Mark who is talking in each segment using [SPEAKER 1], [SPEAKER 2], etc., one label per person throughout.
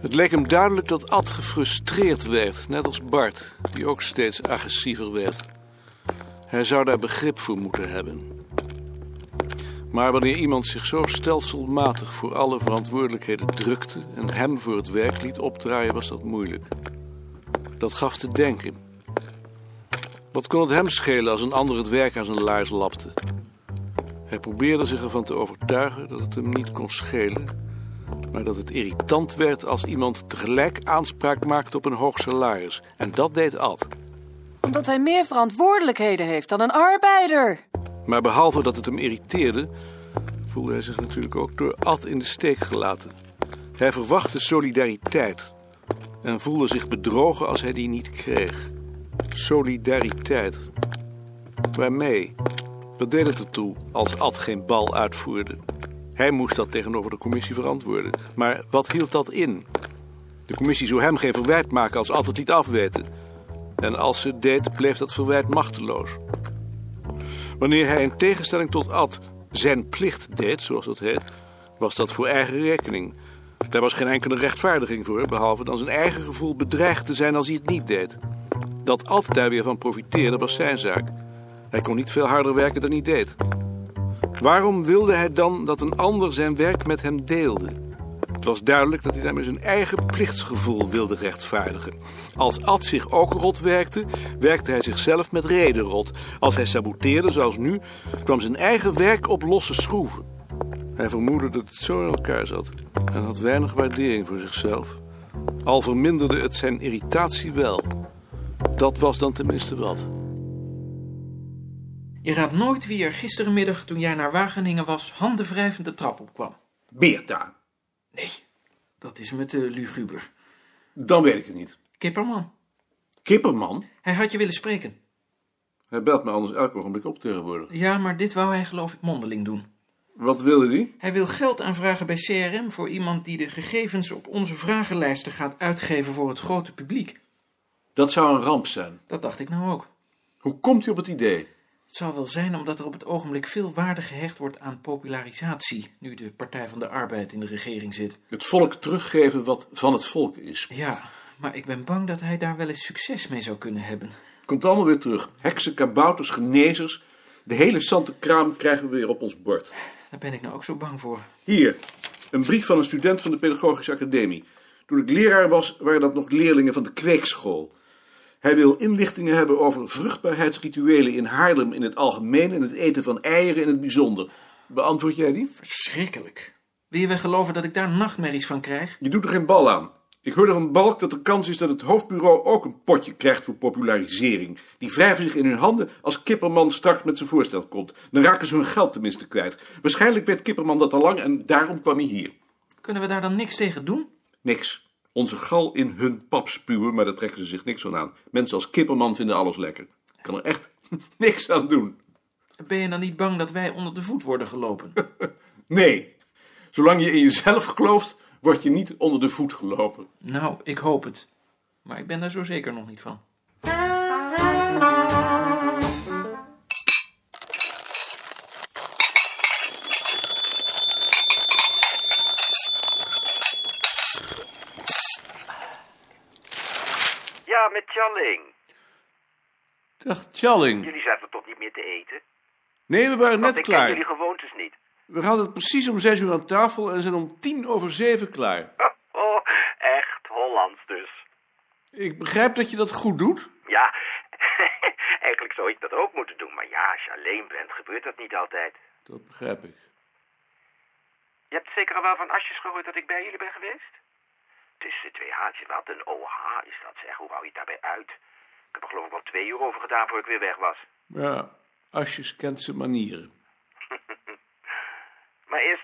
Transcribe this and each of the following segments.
[SPEAKER 1] Het leek hem duidelijk dat Ad gefrustreerd werd, net als Bart, die ook steeds agressiever werd. Hij zou daar begrip voor moeten hebben. Maar wanneer iemand zich zo stelselmatig voor alle verantwoordelijkheden drukte en hem voor het werk liet opdraaien, was dat moeilijk. Dat gaf te denken. Wat kon het hem schelen als een ander het werk aan zijn laars lapte? Hij probeerde zich ervan te overtuigen dat het hem niet kon schelen, maar dat het irritant werd als iemand tegelijk aanspraak maakte op een hoog salaris. En dat deed Ad.
[SPEAKER 2] Omdat hij meer verantwoordelijkheden heeft dan een arbeider.
[SPEAKER 1] Maar behalve dat het hem irriteerde, voelde hij zich natuurlijk ook door Ad in de steek gelaten. Hij verwachtte solidariteit en voelde zich bedrogen als hij die niet kreeg. Solidariteit. Waarmee? Wat deed het ertoe als Ad geen bal uitvoerde? Hij moest dat tegenover de commissie verantwoorden. Maar wat hield dat in? De commissie zou hem geen verwijt maken als Ad het liet afweten. En als ze het deed, bleef dat verwijt machteloos. Wanneer hij in tegenstelling tot Ad zijn plicht deed, zoals dat heet, was dat voor eigen rekening. Daar was geen enkele rechtvaardiging voor, behalve dan zijn eigen gevoel bedreigd te zijn als hij het niet deed. Dat Ad daar weer van profiteerde was zijn zaak. Hij kon niet veel harder werken dan hij deed. Waarom wilde hij dan dat een ander zijn werk met hem deelde? Het was duidelijk dat hij daarmee zijn eigen plichtsgevoel wilde rechtvaardigen. Als Ad zich ook rot werkte, werkte hij zichzelf met reden rot. Als hij saboteerde, zoals nu, kwam zijn eigen werk op losse schroeven. Hij vermoedde dat het zo in elkaar zat en had weinig waardering voor zichzelf. Al verminderde het zijn irritatie wel. Dat was dan tenminste wat.
[SPEAKER 3] Je raadt nooit wie er gistermiddag, toen jij naar Wageningen was, handenwrijvend de trap opkwam.
[SPEAKER 4] Beerta.
[SPEAKER 3] Nee, dat is me te luguber.
[SPEAKER 4] Dan weet ik het niet.
[SPEAKER 3] Kipperman,
[SPEAKER 4] Kipperman?
[SPEAKER 3] hij had je willen spreken.
[SPEAKER 1] Hij belt me anders elk ogenblik op tegenwoordig.
[SPEAKER 3] Ja, maar dit wou hij geloof ik mondeling doen.
[SPEAKER 1] Wat wilde die?
[SPEAKER 3] Hij wil geld aanvragen bij CRM voor iemand die de gegevens op onze vragenlijsten gaat uitgeven voor het grote publiek.
[SPEAKER 4] Dat zou een ramp zijn.
[SPEAKER 3] Dat dacht ik nou ook.
[SPEAKER 4] Hoe komt hij op het idee?
[SPEAKER 3] Het zal wel zijn omdat er op het ogenblik veel waarde gehecht wordt aan popularisatie, nu de Partij van de Arbeid in de regering zit.
[SPEAKER 4] Het volk teruggeven wat van het volk is.
[SPEAKER 3] Ja, maar ik ben bang dat hij daar wel eens succes mee zou kunnen hebben.
[SPEAKER 4] Komt allemaal weer terug. Heksen, kabouters, genezers. De hele Santenkraam krijgen we weer op ons bord.
[SPEAKER 3] Daar ben ik nou ook zo bang voor.
[SPEAKER 4] Hier, een brief van een student van de Pedagogische Academie. Toen ik leraar was, waren dat nog leerlingen van de kweekschool. Hij wil inlichtingen hebben over vruchtbaarheidsrituelen in Haarlem in het algemeen en het eten van eieren in het bijzonder. Beantwoord jij die?
[SPEAKER 3] Verschrikkelijk. Wil je wel geloven dat ik daar nachtmerries van krijg?
[SPEAKER 4] Je doet er geen bal aan. Ik hoorde van Balk dat er kans is dat het hoofdbureau ook een potje krijgt voor popularisering. Die wrijven zich in hun handen als Kipperman straks met zijn voorstel komt. Dan raken ze hun geld tenminste kwijt. Waarschijnlijk weet Kipperman dat al lang en daarom kwam hij hier.
[SPEAKER 3] Kunnen we daar dan niks tegen doen?
[SPEAKER 4] Niks. Onze gal in hun pap spuwen, maar daar trekken ze zich niks van aan. Mensen als Kipperman vinden alles lekker. Kan er echt niks aan doen.
[SPEAKER 3] Ben je dan niet bang dat wij onder de voet worden gelopen?
[SPEAKER 4] Nee. Zolang je in jezelf gelooft, word je niet onder de voet gelopen.
[SPEAKER 3] nou, ik hoop het. Maar ik ben daar zo zeker nog niet van.
[SPEAKER 5] Ja, met Tjalling.
[SPEAKER 1] Dag, Tjalling.
[SPEAKER 5] Jullie zaten toch niet meer te eten?
[SPEAKER 1] Nee, we waren
[SPEAKER 5] Want
[SPEAKER 1] net
[SPEAKER 5] ik ken jullie
[SPEAKER 1] klaar.
[SPEAKER 5] gewoontes niet.
[SPEAKER 1] We hadden het precies om zes uur aan tafel en zijn om tien over zeven klaar.
[SPEAKER 5] Oh, echt Hollands dus.
[SPEAKER 1] Ik begrijp dat je dat goed doet.
[SPEAKER 5] Ja, eigenlijk zou ik dat ook moeten doen. Maar ja, als je alleen bent, gebeurt dat niet altijd.
[SPEAKER 1] Dat begrijp ik.
[SPEAKER 5] Je hebt zeker al wel van Asjes gehoord dat ik bij jullie ben geweest? Tussen de twee haatjes, wat een OH is dat zeg. Hoe hou je het daarbij uit? Ik heb er geloof ik wel twee uur over gedaan voor ik weer weg was.
[SPEAKER 1] Ja, Asjes kent zijn manieren.
[SPEAKER 5] Maar eerst,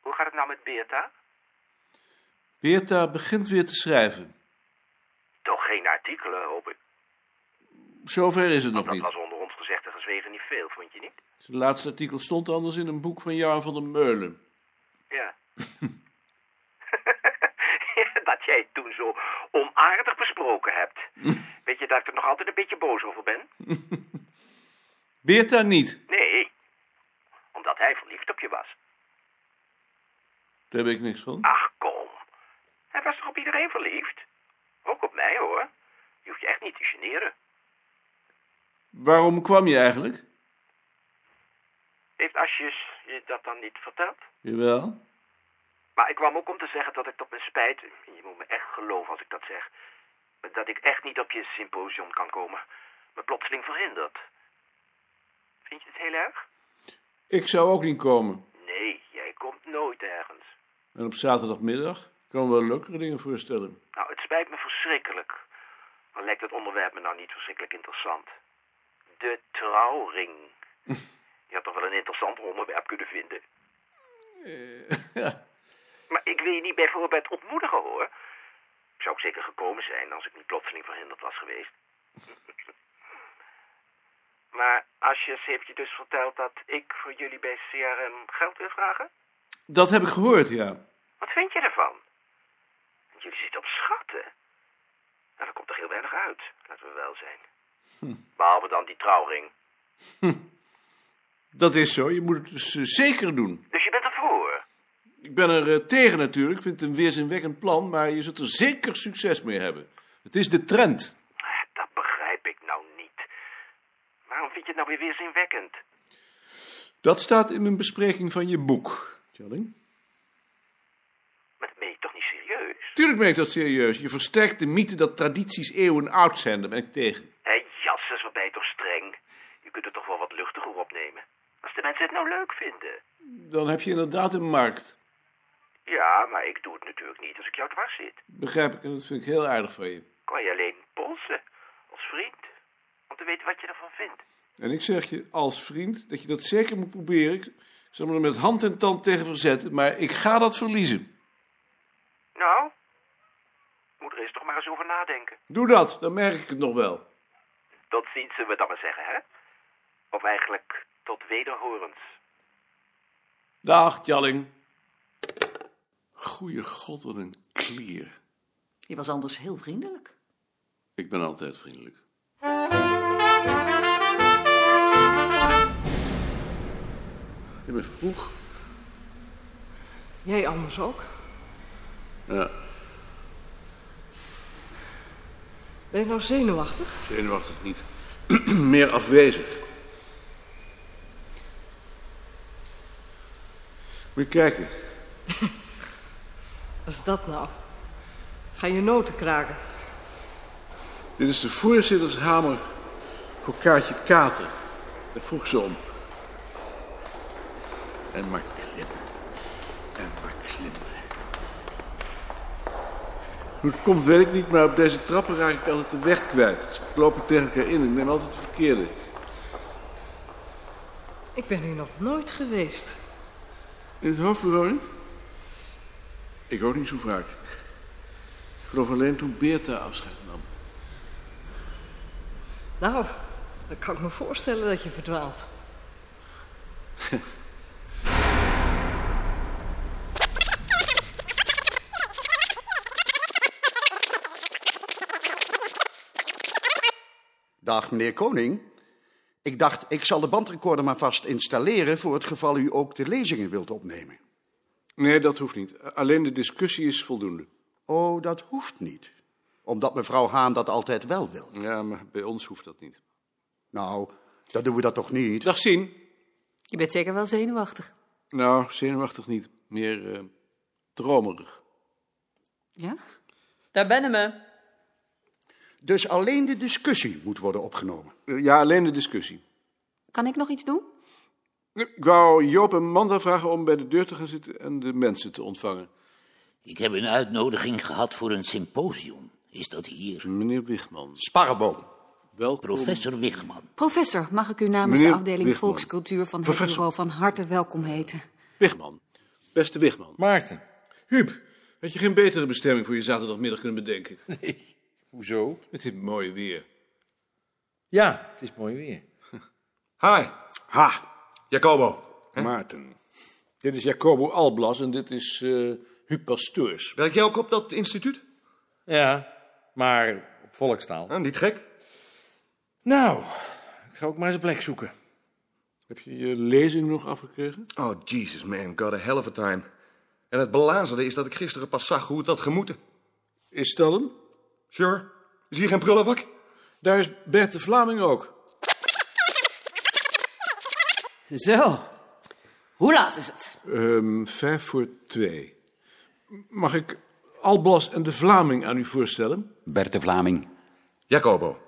[SPEAKER 5] hoe gaat het nou met Beerta?
[SPEAKER 1] Beerta begint weer te schrijven.
[SPEAKER 5] Toch geen artikelen, hoop ik.
[SPEAKER 1] Zover is het nog
[SPEAKER 5] Dat
[SPEAKER 1] niet.
[SPEAKER 5] was onder ons gezegd en gezwegen niet veel, vond je niet?
[SPEAKER 1] Zijn laatste artikel stond anders in een boek van Jan van der Meulen.
[SPEAKER 5] Ja. dat jij het toen zo onaardig besproken hebt. Weet je dat ik er nog altijd een beetje boos over ben?
[SPEAKER 1] Beerta niet.
[SPEAKER 5] Nee, omdat hij verliefd op je was.
[SPEAKER 1] Daar heb ik niks van.
[SPEAKER 5] Ach, kom. Hij was toch iedereen verliefd. Ook op mij hoor. Je hoeft je echt niet te generen.
[SPEAKER 1] Waarom kwam je eigenlijk?
[SPEAKER 5] Heeft Asjes je dat dan niet verteld?
[SPEAKER 1] Jawel.
[SPEAKER 5] Maar ik kwam ook om te zeggen dat ik tot mijn spijt, je moet me echt geloven als ik dat zeg, dat ik echt niet op je symposium kan komen. Me plotseling verhinderd. Vind je het heel erg?
[SPEAKER 1] Ik zou ook niet komen.
[SPEAKER 5] Nee, jij komt nooit ergens.
[SPEAKER 1] En op zaterdagmiddag kan me wel leukere dingen voorstellen.
[SPEAKER 5] Nou, het spijt me verschrikkelijk. Maar lijkt het onderwerp me nou niet verschrikkelijk interessant. De trouwring. Je had toch wel een interessanter onderwerp kunnen vinden.
[SPEAKER 1] Ja.
[SPEAKER 5] Maar ik wil je niet bij voorbeeld ontmoedigen, hoor. Zou ik zeker gekomen zijn als ik niet plotseling verhinderd was geweest. maar Asjes heeft je dus verteld dat ik voor jullie bij CRM geld wil vragen?
[SPEAKER 1] Dat heb ik gehoord, ja.
[SPEAKER 5] Wat vind je ervan? Want Jullie zitten op schatten. Nou, daar komt toch heel weinig uit, laten we wel zijn. Behalve dan die trouwring.
[SPEAKER 1] Dat is zo, je moet het dus eh, zeker doen.
[SPEAKER 5] Dus je bent ervoor.
[SPEAKER 1] Ik ben er eh, tegen natuurlijk, ik vind het een weerzinwekkend plan, maar je zult er zeker succes mee hebben. Het is de trend.
[SPEAKER 5] Ah, Dat begrijp ik nou niet. Waarom vind je het nou weer weerzinwekkend?
[SPEAKER 1] Dat staat in mijn bespreking van je boek, Tjalling.
[SPEAKER 5] Maar dat meen je toch niet serieus?
[SPEAKER 1] Tuurlijk ben ik dat serieus. Je versterkt de mythe dat tradities eeuwen oud zijn, daar ben ik tegen.
[SPEAKER 5] Hé, jasses, wat ben je toch streng? Je kunt het toch wel wat luchtiger opnemen? Als de mensen het nou leuk vinden.
[SPEAKER 1] Dan heb je inderdaad een markt.
[SPEAKER 5] Ja, maar ik doe het natuurlijk niet als ik jou dwars zit.
[SPEAKER 1] Begrijp ik, en dat vind ik heel aardig van je.
[SPEAKER 5] Kan je alleen polsen, als vriend, om te weten wat je ervan vindt.
[SPEAKER 1] En ik zeg je als vriend dat je dat zeker moet proberen. Ik zal me er met hand en tand tegen verzetten, maar ik ga dat verliezen.
[SPEAKER 5] Nou, moet er eens toch maar eens over nadenken.
[SPEAKER 1] Doe dat, dan merk ik het nog wel.
[SPEAKER 5] Tot ziens, zullen we dan maar zeggen, hè? Of eigenlijk tot wederhorens.
[SPEAKER 1] Dag, Tjalling. Goeie god, wat een klier.
[SPEAKER 6] Je was anders heel vriendelijk.
[SPEAKER 1] Ik ben altijd vriendelijk. Je bent vroeg.
[SPEAKER 2] Jij anders ook.
[SPEAKER 1] Ja,
[SPEAKER 2] Ben je nou zenuwachtig?
[SPEAKER 1] zenuwachtig niet. Meer afwezig. Moet je kijken.
[SPEAKER 2] Wat is dat nou? Ga je noten kraken?
[SPEAKER 1] Dit is de voorzittershamer voor Kaartje Kater. Daar vroeg ze om. En maar klimmen. En maar klimmen. Hoe het komt weet ik niet, maar op deze trappen raak ik altijd de weg kwijt. Dus ik loop er tegen elkaar in. Ik neem altijd de verkeerde.
[SPEAKER 2] Ik ben hier nog nooit geweest.
[SPEAKER 1] In het hoofdbureau niet? Ik ook niet zo vaak. Ik geloof alleen toen Beerta afscheid nam.
[SPEAKER 2] Nou, dan kan ik me voorstellen dat je verdwaalt.
[SPEAKER 7] Dag, meneer Koning. Ik dacht, ik zal de bandrecorder maar vast installeren... voor het geval u ook de lezingen wilt opnemen.
[SPEAKER 1] Nee, dat hoeft niet. Alleen de discussie is voldoende.
[SPEAKER 7] Oh, dat hoeft niet. Omdat mevrouw Haan dat altijd wel wil.
[SPEAKER 1] Ja, maar bij ons hoeft dat niet.
[SPEAKER 7] Nou, dan doen we dat toch niet?
[SPEAKER 1] Dag zien.
[SPEAKER 6] Je bent zeker wel zenuwachtig.
[SPEAKER 1] Nou, zenuwachtig niet. Meer eh dromerig.
[SPEAKER 6] Ja?
[SPEAKER 8] Daar bennen we.
[SPEAKER 7] Dus alleen de discussie moet worden opgenomen.
[SPEAKER 1] Eh, ja, alleen de discussie. Eh,
[SPEAKER 6] Kan ik nog iets doen?
[SPEAKER 1] Ik wou Joop en Manda vragen om bij de deur te gaan zitten en de mensen te ontvangen.
[SPEAKER 9] Ik heb een uitnodiging gehad voor een symposium. Is dat hier?
[SPEAKER 1] Meneer Wigman,
[SPEAKER 7] Sparreboom.
[SPEAKER 1] welkom.
[SPEAKER 9] Professor Wigman.
[SPEAKER 6] Professor, mag ik u namens
[SPEAKER 1] Meneer
[SPEAKER 6] de afdeling
[SPEAKER 1] Wichman.
[SPEAKER 6] Volkscultuur van het
[SPEAKER 1] Professor.
[SPEAKER 6] bureau van harte welkom heten?
[SPEAKER 1] Wigman. Beste Wigman.
[SPEAKER 10] Maarten.
[SPEAKER 1] Huub, had je geen betere bestemming voor je zaterdagmiddag kunnen bedenken?
[SPEAKER 10] Hoezo?
[SPEAKER 1] Het is mooi weer.
[SPEAKER 10] Ja, het is mooi weer.
[SPEAKER 1] Hi,
[SPEAKER 10] Ha!
[SPEAKER 1] Jacobo.
[SPEAKER 10] Maarten.
[SPEAKER 1] Dit is Jacobo Alblas en dit is eh Huub Pasteurs.
[SPEAKER 11] Werk jij ook op dat instituut?
[SPEAKER 10] Ja, maar op volkstaal.
[SPEAKER 11] Ah, niet gek.
[SPEAKER 10] Nou, ik ga ook maar eens een plek zoeken.
[SPEAKER 1] Heb je je lezing nog afgekregen?
[SPEAKER 11] Oh, Jesus man, got a hell of a time. En het belazerde is dat ik gisteren pas zag hoe het had gemoeten.
[SPEAKER 1] Is dat hem?
[SPEAKER 11] Sure. Zie je geen prullenbak?
[SPEAKER 1] Daar is Bert de Vlaming ook.
[SPEAKER 12] Zo. Hoe laat is het?
[SPEAKER 1] Ehm, vijf voor twee. Mag ik Alblas en de Vlaming aan u voorstellen?
[SPEAKER 13] Bert de Vlaming.
[SPEAKER 11] Jacobo.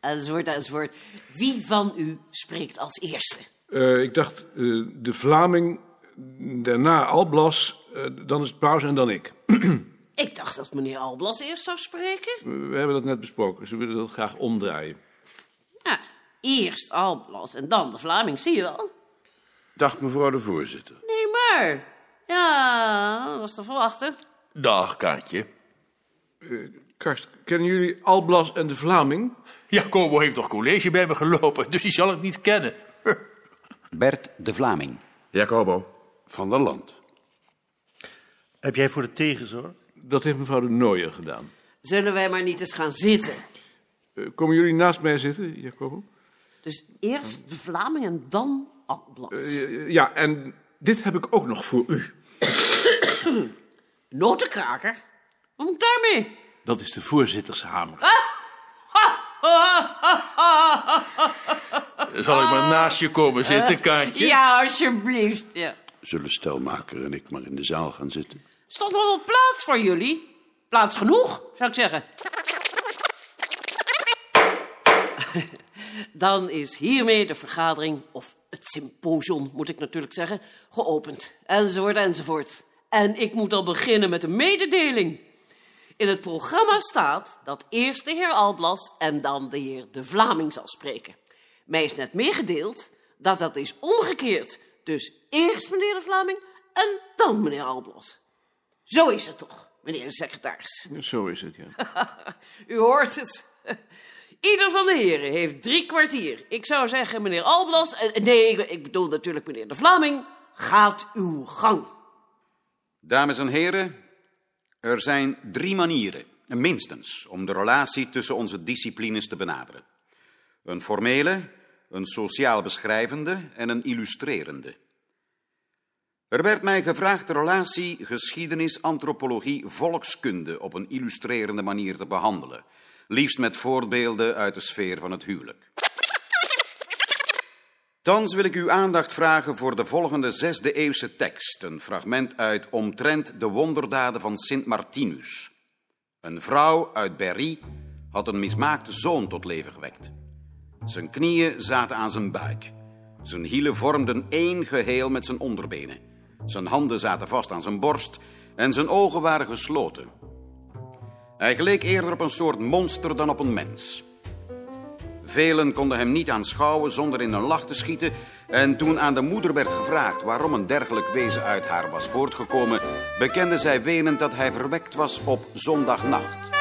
[SPEAKER 12] Enzovoort, enzovoort. Wie van u spreekt als eerste?
[SPEAKER 1] Eh, ik dacht eh, de Vlaming, daarna Alblas, eh, dan is het pauze en dan ik.
[SPEAKER 12] Ik dacht dat meneer Alblas eerst zou spreken.
[SPEAKER 1] We hebben dat net besproken. Ze willen dat graag omdraaien.
[SPEAKER 12] Ja, eerst Alblas en dan de Vlaming, zie je wel.
[SPEAKER 14] Dag mevrouw de voorzitter.
[SPEAKER 12] Nee, maar. Ja, dat was te verwachten.
[SPEAKER 14] Dag Kaatje.
[SPEAKER 1] Karst, kennen jullie Alblas en de Vlaming?
[SPEAKER 11] Jacobo heeft toch college bij me gelopen, dus die zal het niet kennen.
[SPEAKER 13] Bert de Vlaming.
[SPEAKER 11] Jacobo.
[SPEAKER 14] Van der Land.
[SPEAKER 1] Heb jij voor de tegenzorg? Dat heeft mevrouw de Nooier gedaan.
[SPEAKER 12] Zullen wij maar niet eens gaan zitten?
[SPEAKER 1] Eh, komen jullie naast mij zitten, Jacobo?
[SPEAKER 12] Dus eerst de Vlaming en dan Alblas.
[SPEAKER 1] Eh, ja, en dit heb ik ook nog voor u.
[SPEAKER 12] Notenkraker? Wat moet ik daarmee?
[SPEAKER 1] Dat is de voorzittershamer.
[SPEAKER 11] Zal ik maar naast je komen zitten,
[SPEAKER 9] Eh,
[SPEAKER 11] Kaatje?
[SPEAKER 12] Ja, alsjeblieft. Ja.
[SPEAKER 14] Zullen stelmaker en ik maar in de zaal gaan zitten?
[SPEAKER 12] Stond nog wel plaats voor jullie? Plaats genoeg, zou ik zeggen. Dan is hiermee de vergadering, of het symposium moet ik natuurlijk zeggen, geopend. Enzovoort, enzovoort. En ik moet al beginnen met een mededeling. In het programma staat dat eerst de heer Alblas en dan de heer De Vlaming zal spreken. Mij is net meegedeeld dat dat is omgekeerd. Dus eerst meneer De Vlaming en dan meneer Alblas. Zo is het toch, meneer de secretaris.
[SPEAKER 1] Zo is het, ja.
[SPEAKER 12] U hoort het. Ieder van de heren heeft drie kwartier. Ik zou zeggen, meneer Alblas... eh, Nee, ik, ik bedoel natuurlijk meneer de Vlaming. Gaat uw gang.
[SPEAKER 13] Dames en heren, er zijn drie manieren, minstens, om de relatie tussen onze disciplines te benaderen. Een formele, een sociaal beschrijvende en een illustrerende. Er werd mij gevraagd de relatie geschiedenis, antropologie, volkskunde op een illustrerende manier te behandelen, liefst met voorbeelden uit de sfeer van het huwelijk. Thans wil ik uw aandacht vragen voor de volgende zesde eeuwse tekst, een fragment uit Omtrent de wonderdaden van Sint Martinus. Een vrouw uit Berry had een mismaakte zoon tot leven gewekt. Zijn knieën zaten aan zijn buik. Zijn hielen vormden één geheel met zijn onderbenen. Zijn handen zaten vast aan zijn borst en zijn ogen waren gesloten. Hij geleek eerder op een soort monster dan op een mens. Velen konden hem niet aanschouwen zonder in een lach te schieten. En toen aan de moeder werd gevraagd waarom een dergelijk wezen uit haar was voortgekomen, bekende zij wenend dat hij verwekt was op zondagnacht.